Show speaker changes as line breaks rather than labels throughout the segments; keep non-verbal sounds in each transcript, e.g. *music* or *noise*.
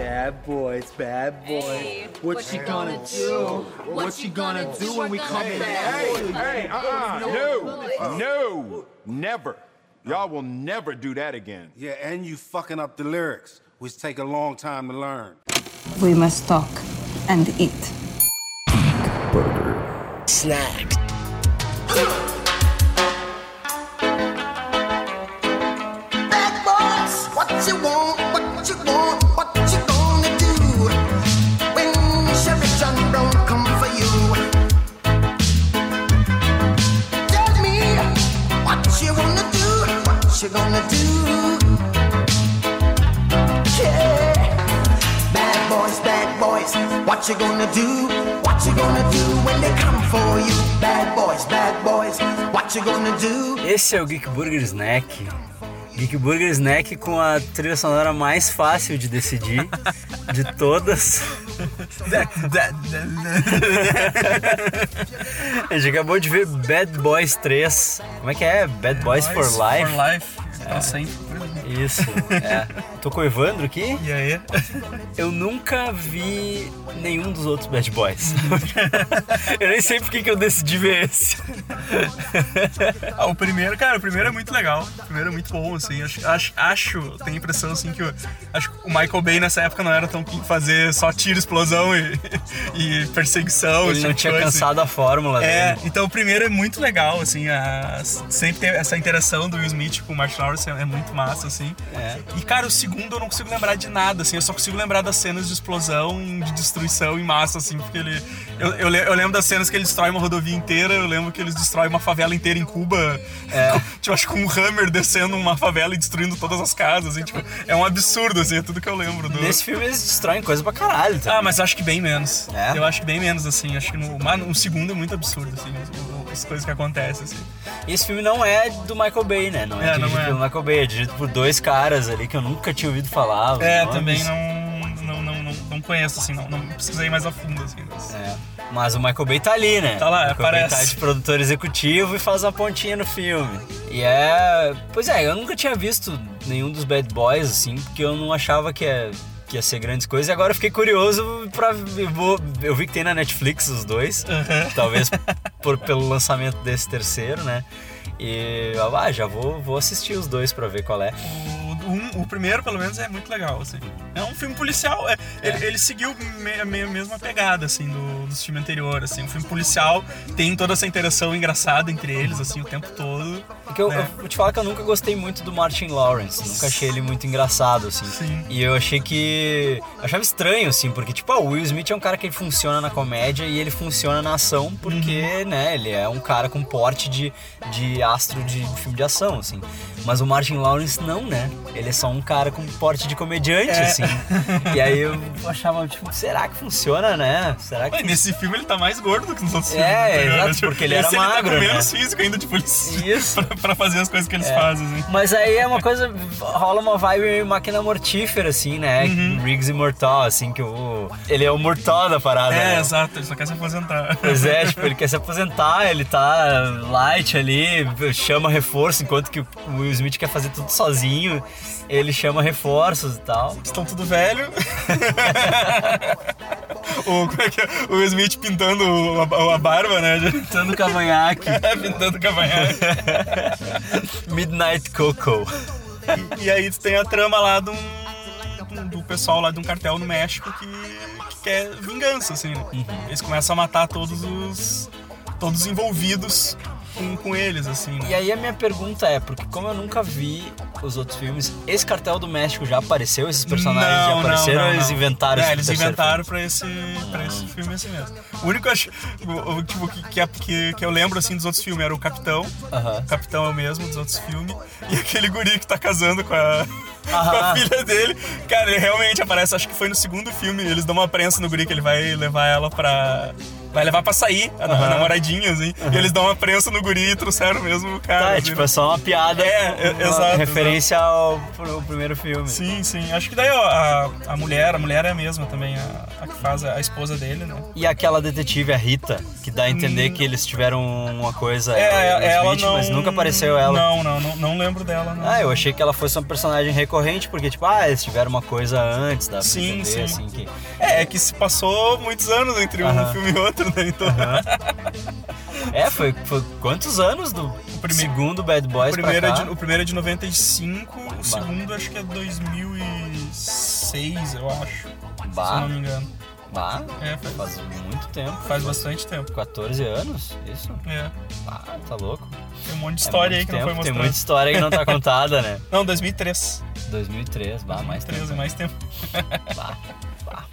bad boys, bad boys.
Hey,
what,
what
she
you
gonna,
gonna
do?
do?
What, she gonna, do when we come in?
Hey, hey, uh-uh, no, no, never. Y'all will never do that again.
Yeah, and you fucking up the lyrics, which take a long time to learn.
We must talk and eat.
Snack.
Bad boys, what you want, what you want, what you gonna do? When Sheriff John Brown come for you. Tell me, what you wanna do, what you gonna do? Yeah. Bad boys, bad boys, what you gonna do? What you gonna do when they come for you? Bad boys, bad boys, what you gonna do?
Esse é o Geek Burger Snack. Geek Burger Snack com a trilha sonora mais fácil de decidir de todas. A gente acabou de ver Bad Boys 3. Como é que é? Bad Boys for Life? É.
For life. Pra sempre.
Isso, é. Tô com o Evandro aqui.
E aí?
Eu nunca vi nenhum dos outros Bad Boys. *laughs* eu nem sei por que que eu decidi ver esse.
Ah, *laughs* o primeiro, cara, o primeiro é muito legal. O primeiro é muito bom, assim. Acho, acho, acho eu tenho a impressão, assim, que o, acho que o Michael Bay nessa época não era tão que fazer só tiro, explosão e, *laughs* e perseguição.
Ele
esse
não
tipo de
tinha
coisa.
cansado a fórmula
É,
dele.
então o primeiro é muito legal, assim, a- sempre tem essa interação do Will Smith com o Martin Lawrence é muito massa, assim.
É.
E, cara, o segundo eu não consigo lembrar de nada, assim, eu só consigo lembrar das cenas de explosão, e de destruição em massa, assim, porque ele... Eu, eu, le- eu lembro das cenas que ele destrói uma rodovia inteira, eu lembro que eles destroem uma favela inteira em Cuba,
É.
*laughs* tipo, acho que um Hammer descendo uma favela e destruindo todas as casas, assim, tipo, é um absurdo, assim, é tudo que eu lembro do...
Nesse filme eles destroem coisa pra caralho, tá?
Ah, mas eu acho que bem menos.
É?
Eu acho que bem menos, assim. Acho que no, mas no segundo é muito absurdo, assim, as- as coisas que acontecem, assim.
Esse filme não é do Michael Bay, né? Não é,
É, não
dirigido
é.
pelo Michael Bay, é dirigido por dois caras ali que eu nunca tinha ouvido falar. os
É,
nomes.
também não, não, não, não, não conheço, assim, não, não precisei mais a fundo, assim. mas-
É. Mas o Michael Bay tá ali, né?
Tá lá,
o Michael
aparece.
Bay tá de produtor executivo e faz uma pontinha no filme. E é. Pois é, eu nunca tinha visto nenhum dos Bad Boys, assim, porque eu não achava que é. Que ia ser grandes coisas, e agora eu fiquei curioso pra. Eu, vou- eu vi que tem na Netflix os dois,
Uhum. *laughs*
talvez por, pelo lançamento desse terceiro, né? E ah, já vou, vou assistir os dois pra ver qual é.
O, um, o primeiro, pelo menos, é muito legal, assim. É um filme policial, é- Ele, ele seguiu me- a me- a mesma pegada, assim, do, do filme anterior, assim. O filme policial tem toda essa interação engraçada entre eles, assim, o tempo todo.
É que eu,
né?
eu vou te falar que eu nunca gostei muito do Martin Lawrence. Nunca achei ele muito engraçado, assim.
Sim.
E eu achei que. eu achava estranho, assim, porque, tipo, ah, o Will Smith é um cara que ele funciona na comédia e ele funciona na ação porque, né, ele é um cara com porte de, de astro de filme de ação, assim. Mas o Martin Lawrence não, né? Ele é só um cara com porte de comediante, assim. E aí eu achava, tipo, será que funciona, né? Será que.
Ué, nesse filme ele tá mais gordo que nos outros
É,
filmes. anteriores,
exato,
né? Tipo,
porque ele era
esse
magro,
Ele tá
né?
com menos físico ainda, tipo, eles, *laughs*
Isso.
pra, pra fazer as coisas que eles
É.
fazem, assim.
Mas aí é uma coisa. rola uma vibe meio máquina mortífera, assim, né?
Uhum.
Riggs e Mortal, assim, que o. Ele é o Mortal da parada.
É,
né?
exato, ele só quer se aposentar.
Pois é, tipo, ele quer se aposentar, ele tá light ali, chama reforço, enquanto que o Will Smith quer fazer tudo sozinho, ele chama reforços e tal.
Estão tudo velho. *laughs* *laughs* o, como é que é? O Will Smith pintando a, a barba, né?
Tando
*laughs*
cavanhaque,
pintando o cavanhaque.
*laughs* Midnight Coco.
E aí tu tem a trama lá de um, de um- do pessoal lá de um cartel no México que, que quer vingança, assim. né?
Uhum.
Eles começam a matar todos os. todos os envolvidos com, com eles, assim. né?
E aí a minha pergunta é, porque como eu nunca vi os outros filmes, esse cartel do México já apareceu? Esses personagens já apareceram ou eles inventaram
É,
esse
eles
terceiro
inventaram pra esse, pra esse filme assim mesmo. O único acho, o- o, tipo, que, que, que- que eu lembro assim dos outros filmes era o Capitão.
Aham.
O Capitão é o mesmo dos outros filmes. E aquele guri que tá casando com a. *laughs* Com
Aham.
a filha dele, cara, ele realmente aparece, acho que foi no segundo filme, eles dão uma prensa no guri que ele vai levar ela pra, Vai levar pra sair, a, a namoradinha, assim. E eles dão uma prensa no guri e trouxeram mesmo o cara.
Tá,
assim,
tipo,
né?
é só uma piada.
É, é,
uma
exato,
Referência ao, pro primeiro filme.
Sim, sim. Acho que daí, ó, a, a mulher, a mulher é a mesma também, a, a que faz a, a esposa dele, né?
E aquela detetive, a Rita, que dá a entender que eles tiveram uma coisa.
Hum. É,
eles
ela
vítimas,
não.
mas nunca apareceu ela.
Não, não, não, não lembro dela, não.
Ah, eu achei que ela fosse uma personagem recorrente, porque, tipo, ah, eles tiveram uma coisa antes, dá pra
Sim,
entender,
sim.
assim, que...
É, é que se passou muitos anos entre um
Aham.
filme e outro, né? Então, *laughs*
É, foi, foi quantos anos do
prime-
segundo Bad
o,
Boys
primeiro é
pra
de,
cá?
o primeiro é de 95, o segundo acho que é 2006, eu acho. Se eu
Bah,
não me engano.
bah,
É, faz-
faz muito tempo.
Faz bastante tempo.
14 anos? Isso?
É,
Ah, tá louco.
tem um monte de
É
história aí
muito
que
tempo,
não foi mostrada.
Tem muita história que não
*laughs*
tá contada, né?
Não, 2003.
2003, bah, mais tempo.
2013, é mais tempo.
Bah, bah.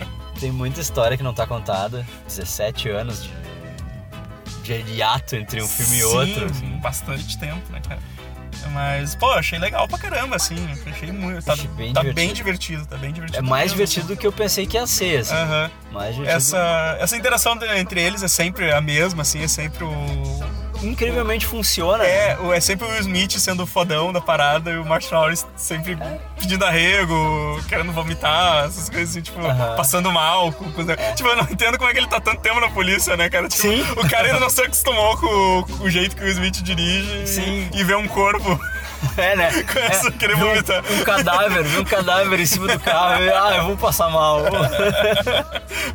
Tem muita história que não tá contada. 17 anos de, de hiato entre um filme e
Sim,
outro. assim.
Bastante tempo, né, cara? Mas, pô, achei legal pra caramba, assim. Achei muito. Tá,
Achei bem
tá
divertido.
bem divertido, tá bem divertido.
É mais
mesmo,
divertido do que eu pensei que ia ser, assim.
assim. Aham.
Mais divertido.
Essa, essa interação de- entre eles é sempre a mesma, assim, é sempre o.
Incrivelmente funciona.
É, o- é sempre o Will Smith sendo o fodão da parada e o Martin Lawrence sempre pedindo arrego, querendo vomitar, essas coisas assim, tipo,
Aham.
passando mal. Com, com- Tipo, eu não entendo como é que ele tá tanto tempo na polícia, né, cara? Tipo,
Sim.
O cara ainda não se acostumou com, com o jeito que o Will Smith dirige e-
Sim.
e vê um corpo.
*laughs*
*laughs*
É, né?
Começa a querer
vi um-
vomitar.
Um, cadáver, vi um cadáver em cima do carro. e, ah, eu vou passar
*laughs*
mal.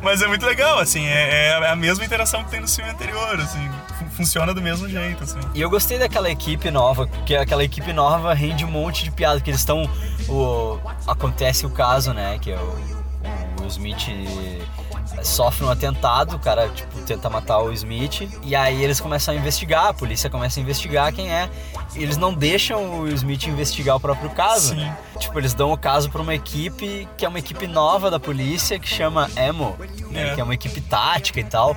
Mas é muito legal, assim, é, é a mesma interação que tem no filme anterior, assim, fun- funciona do mesmo jeito, assim.
E eu gostei daquela equipe nova, porque aquela equipe nova rende um monte de piada, que eles estão. o- Acontece o caso, né? Que é o, o Will Smith eh, sofre um atentado, o cara tipo, tenta matar o Will Smith, e aí eles começam a investigar, a polícia começa a investigar quem é. E eles não deixam o Will Smith investigar o próprio caso.
Sim.
né? Tipo, eles dão o caso pra uma equipe que é uma equipe nova da polícia que chama Emo, né,
É.
que é uma equipe tática e tal.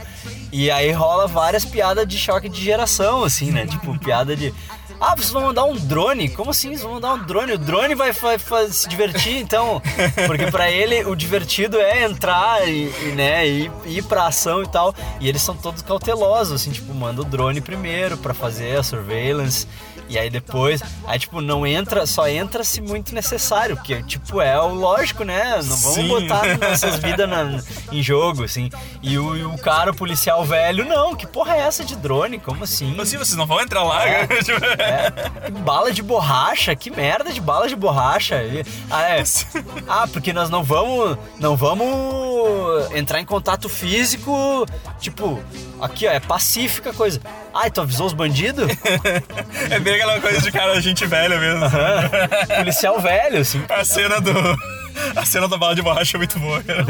E aí rola várias piadas de choque de geração, assim, né? Tipo, piada de. Ah, vocês vão mandar um drone? Como assim? Vocês vão mandar um drone? O drone vai, fa- fa- se divertir, então. Porque pra ele o divertido é entrar e, e, né, e e ir pra ação e tal. E eles são todos cautelosos, assim, tipo, manda o drone primeiro pra fazer a surveillance. E aí depois, aí tipo, não entra, só entra se muito necessário, porque tipo, é o lógico, né? Não vamos
Sim.
botar nossas vidas na- em jogo, assim. E o, e o cara, o policial velho, não, que porra é essa de drone? Como assim?
Mas, Assim, vocês não vão entrar lá, cara? *laughs* Tipo,
É, bala de borracha, que merda de bala de borracha. E- ah, é. ah, porque nós não vamos, não vamos entrar em contato físico, tipo, aqui ó, é pacífica a coisa. Ai, tu avisou os bandidos?
é bem aquela coisa de cara, gente velha mesmo. assim. *laughs*
policial velho, assim.
A cena do. A cena da bala de borracha é muito boa, cara.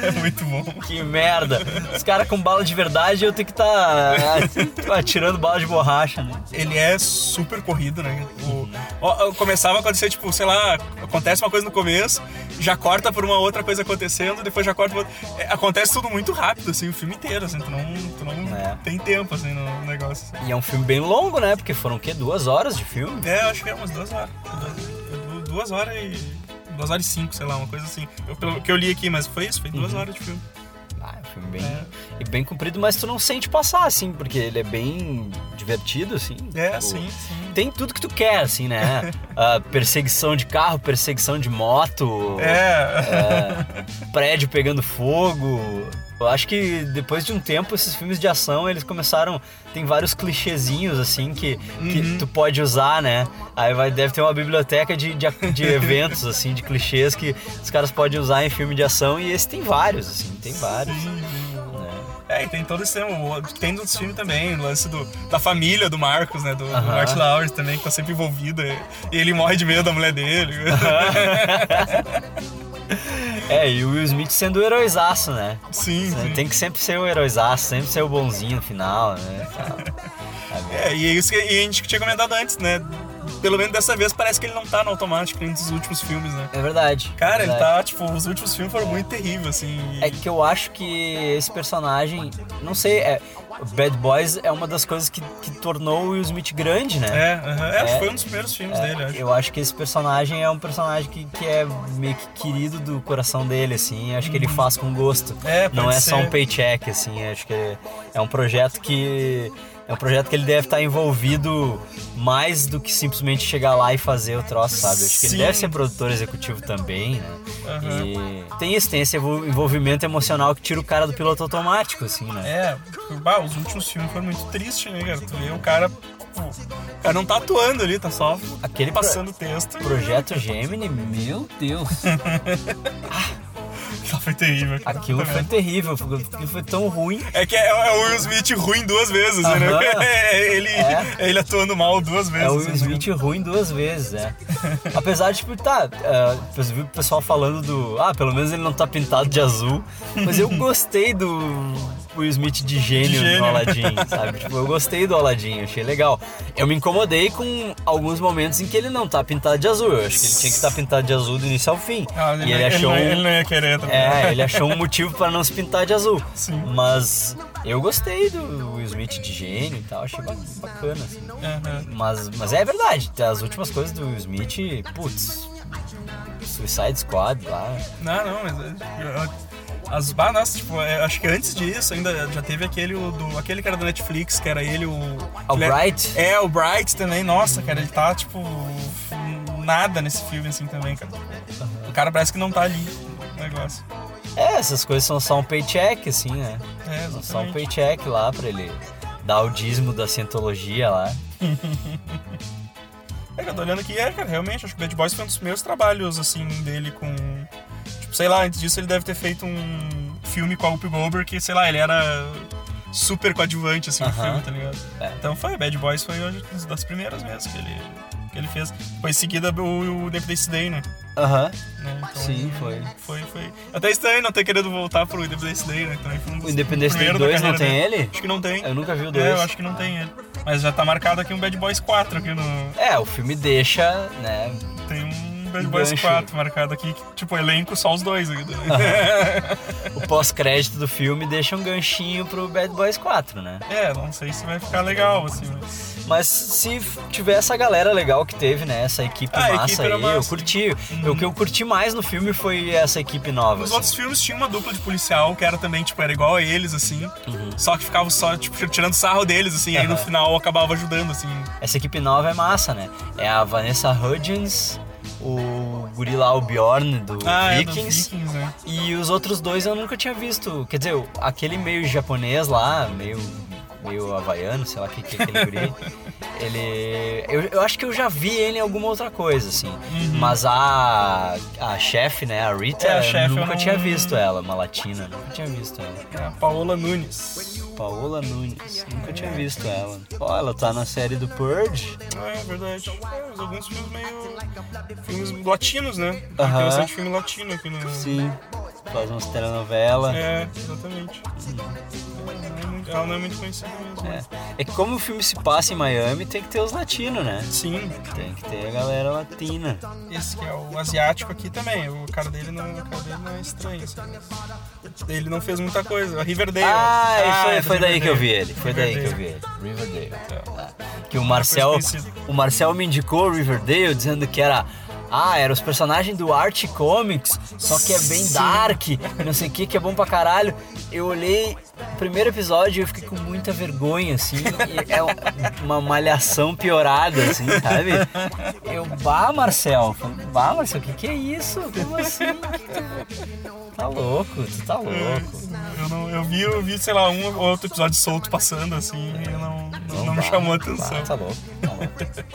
É muito bom.
Que merda! Os caras com bala de verdade eu tenho que estar *laughs* atirando bala de borracha, né?
Ele é super corrido, né? O, ó, ó, começava a acontecer, tipo, sei lá, acontece uma coisa no começo, já corta por uma outra coisa acontecendo, depois já corta por outra. É, acontece tudo muito rápido, assim, o filme inteiro, assim, tu não, tu não
É.
tem tempo, assim, no negócio. assim.
E é um filme bem longo, né? Porque foram o quê? Duas horas de filme?
É, eu acho que é umas duas horas. Du- Duas, horas e. Duas horas e cinco, sei lá, uma coisa assim. Eu, pelo que eu li aqui, mas foi isso, foi duas horas de filme.
Ah, é um filme Uhum. bem, e bem comprido, mas tu não sente passar, assim, porque ele é bem divertido, assim.
É,
Tipo,
sim, sim.
Tem tudo que tu quer, assim,
*laughs*
né? Ah, perseguição de carro, perseguição de moto,
É.
prédio pegando fogo. Eu acho que depois de um tempo, esses filmes de ação, eles começaram. Tem vários clichêzinhos, assim, que, que tu pode usar, né? Aí vai, deve ter uma biblioteca de, de, *laughs* de eventos, assim, de clichês que os caras podem usar em filme de ação. E esse tem vários, assim, tem vários.
*laughs* É, e tem todo esse tema. o- Tem dos filmes também, o lance do, da família do Marcos, né? Do, do
Aham.
Martin Lawrence também, que tá sempre envolvido. E e ele morre de medo da mulher dele.
É, e o Will Smith sendo o heróizaço, né?
sim, sim.
Tem que sempre ser o heróizaço, sempre ser o bonzinho no final, né? Tá bom.
É, e é isso que e a gente tinha comentado antes, né? Pelo menos dessa vez parece que ele não tá no automático nem dos últimos filmes, né?
É verdade.
Cara,
é
ele
verdade.
tá, tipo, os últimos filmes foram muito terríveis, assim. e-
É que eu acho que esse personagem, não sei, é, o Bad Boys é uma das coisas que, que tornou o Will Smith grande, né?
É, aham. É, acho que foi um dos primeiros filmes dele, acho.
Eu acho que esse personagem é um personagem que, que é meio que querido do coração dele, assim. Acho que ele faz com gosto.
Uhum. É,
Não
pode
é só um
ser.
paycheck, assim. Acho que é, é um projeto que. É um projeto que ele deve estar envolvido mais do que simplesmente chegar lá e fazer o troço, sabe? Acho que ele
Sim.
deve ser produtor executivo também, né? E tem isso, tem esse envol- envolvimento emocional que tira o cara do piloto automático, assim, né?
É, tipo, bah, os últimos filmes foram muito tristes, né, cara? Tu vê o cara. tipo, O cara não tá atuando ali, tá só
Aquele pro-
passando o texto. *laughs*
Projeto Gemini, meu Deus.
Aquilo Tá foi terrível. cara.
Aquilo foi terrível, foi- aquilo foi tão ruim.
É que é, é o Will Smith ruim duas vezes, né?
Aham.
*laughs* É ele,
É.
é ele atuando mal duas vezes.
É o
né?
Will Smith ruim duas vezes, é. Apesar de, tipo, tá, é, eu vi o pessoal falando do. Ah, pelo menos ele não tá pintado de azul. Mas eu gostei do Will Smith de gênio,
De gênio.
no Aladdin,
*laughs*
sabe? Tipo, eu gostei do Aladdin, achei legal. Eu me incomodei com alguns momentos em que ele não tá pintado de azul. Eu acho que ele tinha que estar pintado de azul do início ao fim.
Ah,
e ele
não-
achou
não,
um-
ele não ia querer também.
É, ele achou um motivo pra não se pintar de azul.
Sim.
Mas eu gostei do Will Smith de gênio e tal, achei ba- bacana. assim.
Aham.
Mas, mas é verdade, as últimas coisas do Will Smith, putz. Suicide Squad lá.
Não, não, mas. é, é, As, bah, nossa, tipo, é, acho que antes disso ainda já teve aquele, o do, aquele cara da Netflix, que era ele, o.
Ah, o
ele é-
Bright?
É, o Bright também. Nossa, cara, ele tá, tipo. Nada nesse filme assim também, cara. O cara parece que não tá ali no negócio.
É, essas coisas são só um paycheck, assim, né?
É,
São só um
exatamente.
paycheck lá pra ele dar o dízimo da cientologia lá.
É, eu tô olhando aqui, é, cara, realmente, acho que o Bad Boys foi um dos meus trabalhos, assim, dele com. Tipo, sei lá, antes disso ele deve ter feito um filme com a Whoopi Goldberg que, sei lá, ele era super coadjuvante, assim, no
Aham.
filme, tá ligado?
É.
Então foi, Bad Boys foi uma das primeiras mesmo que ele, que ele fez. Foi em seguida o, o Independence Day, né?
Aham,
Né, então,
sim, foi.
Foi, foi. Até estranho não ter querido voltar pro Independence Day, né? Também foi um dos
O Independence Day
primeiros da
2 não
carreira
tem
dele.
ele?
Acho que não tem.
Eu nunca vi o
É,
2.
eu acho que não tem ele. Mas já tá marcado aqui um Bad Boys 4 aqui no,
É, o filme deixa, né?
Tem um Bad
Um
Boys
gancho.
4 marcado aqui, que, tipo, elenco só os dois aqui.
O pós-crédito do filme deixa um ganchinho pro Bad Boys 4, né?
*laughs* é, não sei se vai ficar legal, assim, mas...
Mas se tiver essa galera legal que teve, né? Essa equipe
Ah, a
massa
equipe
aí,
era massa.
eu curti. O que eu curti mais no filme foi essa equipe nova.
Nos
assim.
outros filmes tinha uma dupla de policial que era também, tipo, era igual a eles, assim. Só que ficava só, tipo, tirando sarro deles, assim, aí no
Uhum. Aham.
final acabava ajudando, assim.
Essa equipe nova é massa, né? É a Vanessa Hudgens, o guri lá, o Bjorn do
Ah, é dos
Vikings.
Vikings, né?
E os outros dois eu nunca tinha visto. Quer dizer, aquele meio japonês lá, meio, meio havaiano, sei lá o que que é aquele
*laughs*
guri. Ele. Eu, eu acho que eu já vi ele em alguma outra coisa, assim. Mas a. A chefe, né? A Rita,
Uhum. É, a
eu
chefe eu
nunca
não-
tinha visto ela, uma latina. Nunca tinha visto ela.
É, a Paola Nunes.
Paola Nunes, nunca tinha visto ela. Ó, ela tá na série do Purge.
É, verdade. É, mas alguns filmes meio... Filmes latinos, né?
Aham.
Tem bastante filme latino aqui no...
Sim. Faz umas telenovelas.
É, exatamente. É, não é muito- Ela não é muito conhecida mesmo.
É. é que como o filme se passa em Miami, tem que ter os latinos, né?
Sim,
Tem que ter a galera latina.
esse que é o asiático aqui também. O cara dele não, o cara dele não é estranho. assim, mas Ele não fez muita coisa. A Riverdale.
Ah, isso aí,
é do
foi daí que eu vi
Riverdale.
ele. Foi daí que eu vi ele.
Riverdale. Tá.
Que o Marcel,
Depois conhecido.
o Marcel me indicou o Riverdale dizendo que era. Ah, era os personagens do Art Comics, só que é bem
Sim.
dark, e não sei o que, que é bom pra caralho. Eu olhei o primeiro episódio e eu fiquei com muita vergonha, assim. e é uma malhação piorada, assim, sabe? Eu, bah, Marcel, bah, Marcel, o que, que é isso? Como assim? Tá louco, tu tá louco.
Eu, não, eu, vi, eu vi, sei lá, um ou outro episódio solto passando assim e não, não, não
dá,
me
não
chamou
dá,
atenção.
Tá louco, tá louco.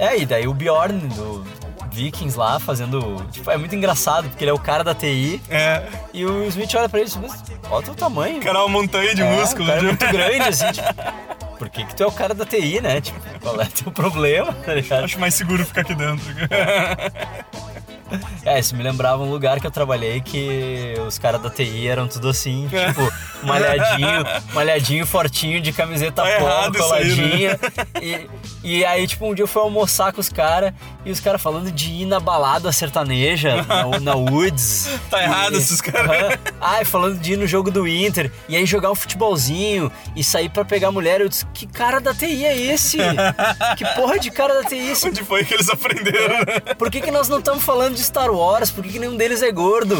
É, e daí o Bjorn do Vikings lá fazendo. Tipo, é muito engraçado, porque ele é o cara da TI
É,
e o Smith olha pra ele e diz, "Mas olha o teu tamanho.
o cara é uma montanha de
É,
músculo. né?
o cara é
de- *laughs*
muito grande, assim, tipo. Por que, que tu é o cara da TI, né? Tipo, qual é o teu problema, tá ligado?
Acho mais seguro ficar aqui dentro. *laughs*
É, isso me lembrava um lugar que eu trabalhei que os caras da TI eram tudo assim,
É.
tipo, malhadinho, malhadinho, fortinho, de camiseta
Tá
polo,
errado isso aí,
coladinha.
né?
E E aí, tipo, um dia eu fui almoçar com os caras e os caras falando de ir na balada sertaneja, na, na Woods.
*laughs* Tá errado
E-
esses caras.
Aham. Ai, falando de ir no jogo do Inter e aí jogar um futebolzinho e sair pra pegar mulher. Eu disse, que cara da TI é esse? que porra de cara da TI é esse?
Onde foi que eles aprenderam? né?
Por que, que nós não estamos falando de Star Wars? Por que, que nenhum deles é gordo?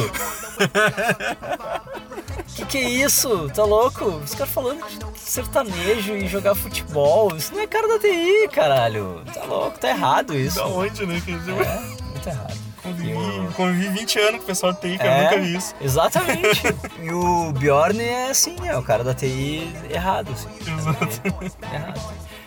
que que é isso? Tá louco? Os caras falando de sertanejo e jogar futebol. Isso não é cara da TI, caralho. Tá louco, tá errado isso.
Da onde, né? Que eles-
É, muito errado.
Convivi, convivi 20 anos com o pessoal do TI, que eu
É,
nunca
*laughs*
vi isso.
Exatamente. e o Bjorn é assim, é o cara da TI errado. Assim, Exato. Errado.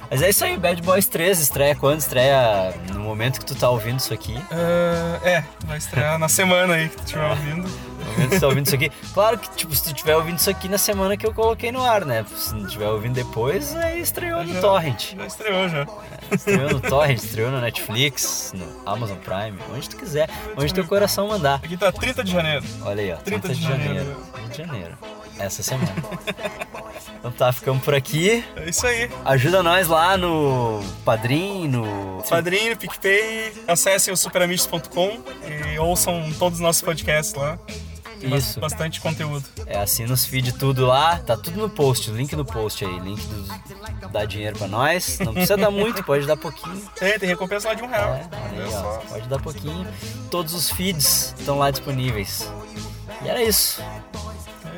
Mas é isso aí, Bad Boys 3 estreia quando? Estreia no momento que tu tá ouvindo isso aqui.
Ah, é, vai estrear na semana aí que tu estiver ouvindo.
No momento que tu tá ouvindo isso aqui. Claro que, tipo, se tu tiver ouvindo isso aqui na semana que eu coloquei no ar, né? Se não tiver ouvindo depois, aí estreou no
Já-
Torrent.
Já estreou já.
Estreou no Torrent, estreou na Netflix, no Amazon Prime, onde tu quiser, onde teu coração mandar.
Aqui tá 30 de janeiro.
Olha aí, ó. 30,
30 de
de janeiro.
janeiro.
30 de janeiro. Essa semana. então tá, ficamos por aqui.
É isso aí.
Ajuda nós lá no Padrim, no.
Padrinho, PicPay, acessem o superamigos.com e ouçam todos os nossos podcasts lá. Tem bas-
Isso.
Bastante conteúdo.
É, assina os feed tudo lá. Tá tudo no post, link no post aí. Link do. Dá dinheiro pra nós. Não precisa dar muito, pode dar pouquinho.
É, tem recompensa lá de um
É,
real.
olha aí, ó. Pode dar pouquinho. Todos os feeds estão lá disponíveis. E era isso.
É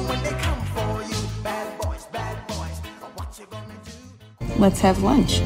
when they come for you? Bad boys, bad boys, what you gonna do?
Let's have lunch.